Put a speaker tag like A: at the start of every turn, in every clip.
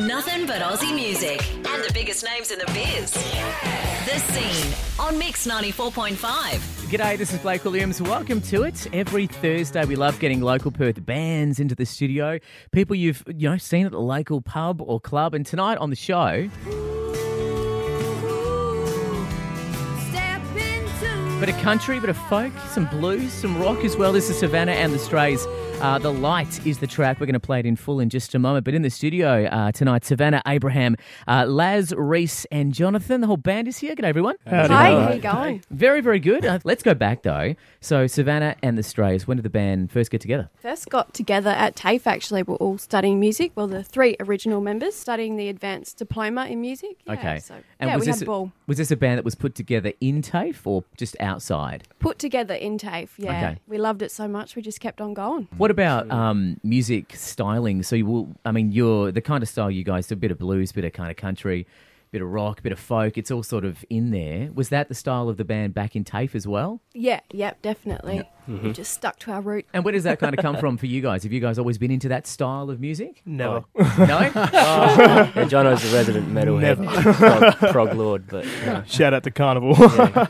A: Nothing but Aussie music and the biggest names in the biz. The scene on Mix 94.5.
B: G'day, this is Blake Williams. Welcome to it. Every Thursday, we love getting local Perth bands into the studio. People you've you know seen at the local pub or club, and tonight on the show. Bit of country, bit of folk, some blues, some rock as well. This is Savannah and the Strays. Uh, the Light is the track. We're going to play it in full in just a moment. But in the studio uh, tonight, Savannah, Abraham, uh, Laz, Reese, and Jonathan. The whole band is here. G'day, everyone.
C: Hi, how you going?
B: Very, very good. Uh, let's go back though. So Savannah and the Strays. When did the band first get together?
C: First got together at TAFE actually. We're all studying music. Well, the three original members studying the advanced diploma in music. Yeah,
B: okay.
C: So, yeah,
B: was
C: we
B: this
C: had a ball.
B: was this a band that was put together in TAFE or just outside?
C: Put together in TAFE, yeah.
B: Okay.
C: We loved it so much, we just kept on going.
B: What about um, music styling? So you will. I mean, you're the kind of style you guys do. A bit of blues, bit of kind of country, bit of rock, bit of folk. It's all sort of in there. Was that the style of the band back in TAFE as well?
C: Yeah, yep, definitely. We just stuck to our root.
B: And where does that kind of come from for you guys? Have you guys always been into that style of music?
D: Never.
B: No.
E: Yeah, Jono's a resident metalhead, prog, prog lord, but uh,
D: Shout out to Carnival.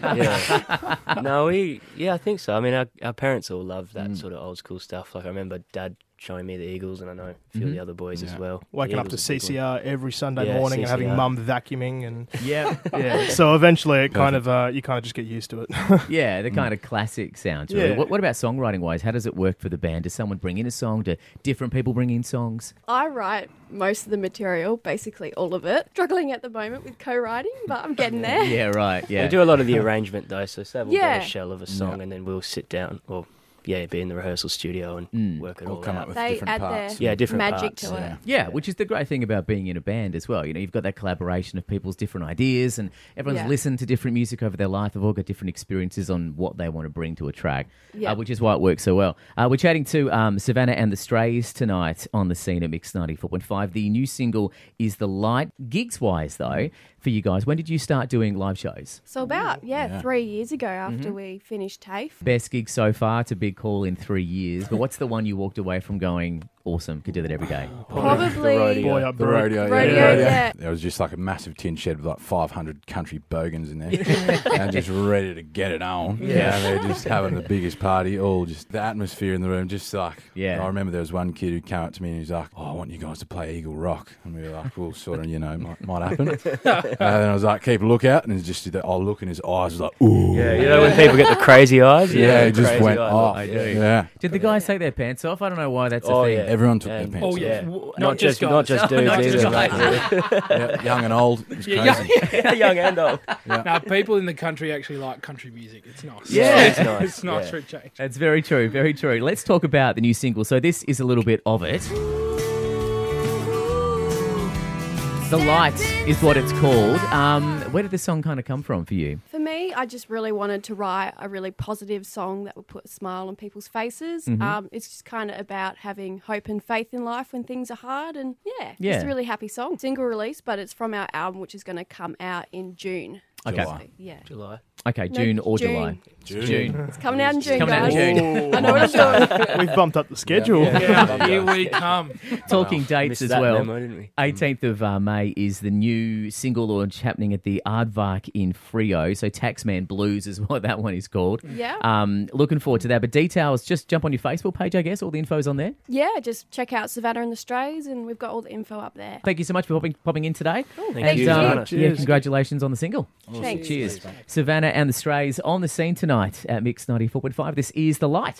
E: yeah. no, we yeah, I think so. I mean, our, our parents all loved that sort of old school stuff. Like I remember Dad showing me the Eagles, and I know a few of the other boys as well. The
D: Waking up to
E: Eagles are a big one.
D: CCR every Sunday
E: Yeah,
D: morning and having
E: CCR.
D: mum vacuuming and
B: yeah.
D: yeah. So eventually, it kind of uh, you kind of just get used to it.
B: Yeah, the kind of classic sounds. Really.
D: Yeah.
B: What, what about songwriting wise? How does it work for the band? Does someone bring in a song? Do different people bring in songs?
C: I write most of the material, basically all of it. Struggling at the moment with co-writing, but I'm getting there.
B: Yeah, right.
E: We
B: Yeah.
E: do a lot of the arrangement though, so Sav will
C: Yeah.
E: get a shell of a song, and then we'll sit down or yeah, be in the rehearsal studio and work it all,
F: come
E: out.
F: up with
C: They
F: different
C: add
F: parts.
C: their
E: Yeah, different
C: magic
E: parts,
C: to it.
F: yeah.
B: Yeah, which is the great thing about being in a band as well. You know, you've got that collaboration of people's different ideas, and everyone's
C: Yeah.
B: listened to different music over their life. They've all got different experiences on what they want to bring to a track,
C: Yeah.
B: uh, which is why it works so well. Uh, we're chatting to um, Savannah and the Strays tonight on the scene at Mix 94.5. The new single is The Light. Gigs wise, though, for you guys, when did you start doing live shows?
C: So about, yeah, three years ago after we finished TAFE,
B: Best gig so far, it's a big call in three years. But what's the one you walked away from going, awesome, could do that every day?
C: probably...
E: rodeo.
D: Boy, up
F: The rodeo, yeah.
C: Rodeo,
F: yeah.
C: yeah.
F: There was just like a massive tin shed with like 500 country bogans in there, and just ready to get it on. Yeah, they're just having the biggest party. All just the atmosphere in the room, just like.
B: Yeah.
F: I remember there was one kid who came up to me and he's like, "Oh, I want you guys to play Eagle Rock," and we were like, "Well, sort of, you know, might, might happen." and then I was like, "Keep a lookout," and it's just the oh, look in his eyes was like, "Ooh."
E: Yeah, you know when people get the crazy eyes.
F: Yeah, it just
E: crazy
F: went
E: eyes.
F: off.
E: I do.
F: Yeah.
B: Did the guys take their pants off? I don't know why that's
E: Oh,
B: a thing.
E: yeah.
F: Everyone took
E: And-
F: their
E: oh,
F: pants
E: yeah. Not,
B: not just
E: just, not
B: guys.
E: just dudes
B: Not just
E: either.
B: guys.
E: mate.
F: off. Yeah, young and old. It was crazy.
E: Yeah, young and old.
G: Now, people in the country actually like country music. It's nice.
B: Yeah.
E: it's nice.
G: It's nice
E: yeah.
G: for a change.
B: That's very true, very true. Let's talk about the new single. So this is a little bit of it. The Light is what it's called. Um, where did this song kind of come from for you?
C: For me, I just really wanted to write a really positive song that would put a smile on people's faces.
B: Mm-hmm.
C: Um, it's just kind of about having hope and faith in life when things are hard, and yeah,
B: Yeah.
C: just a really happy song. Single release, but it's from our album, which is going to come out in June.
B: Okay.
C: So, yeah,
E: July.
B: Okay,
C: No,
B: June or
C: June.
B: July.
F: June.
C: it's coming out in June,
B: coming out in
C: guys.
B: June.
C: I know what I'm doing.
D: We've bumped up the schedule.
G: Yeah, here we come.
B: Talking dates
E: Oh, Missed
B: as
E: that
B: well.
E: memo, didn't we?
B: 18th of uh, May is the new single launch happening at the Aardvark in Frio. So Taxman Blues is what that one is called.
C: Yeah.
B: Um, looking forward to that. But details, just jump on your Facebook page, I guess. All the info's on there.
C: Yeah, just check out Savannah and the Strays, and we've got all the info up there.
B: Thank you so much for popping, popping in today.
E: Thank
B: and
E: you.
B: uh,
E: Cheers.
B: yeah, congratulations on the single.
C: Thanks.
B: Cheers. Savannah and the Strays on the scene tonight at Mix 94.5. This is The Light.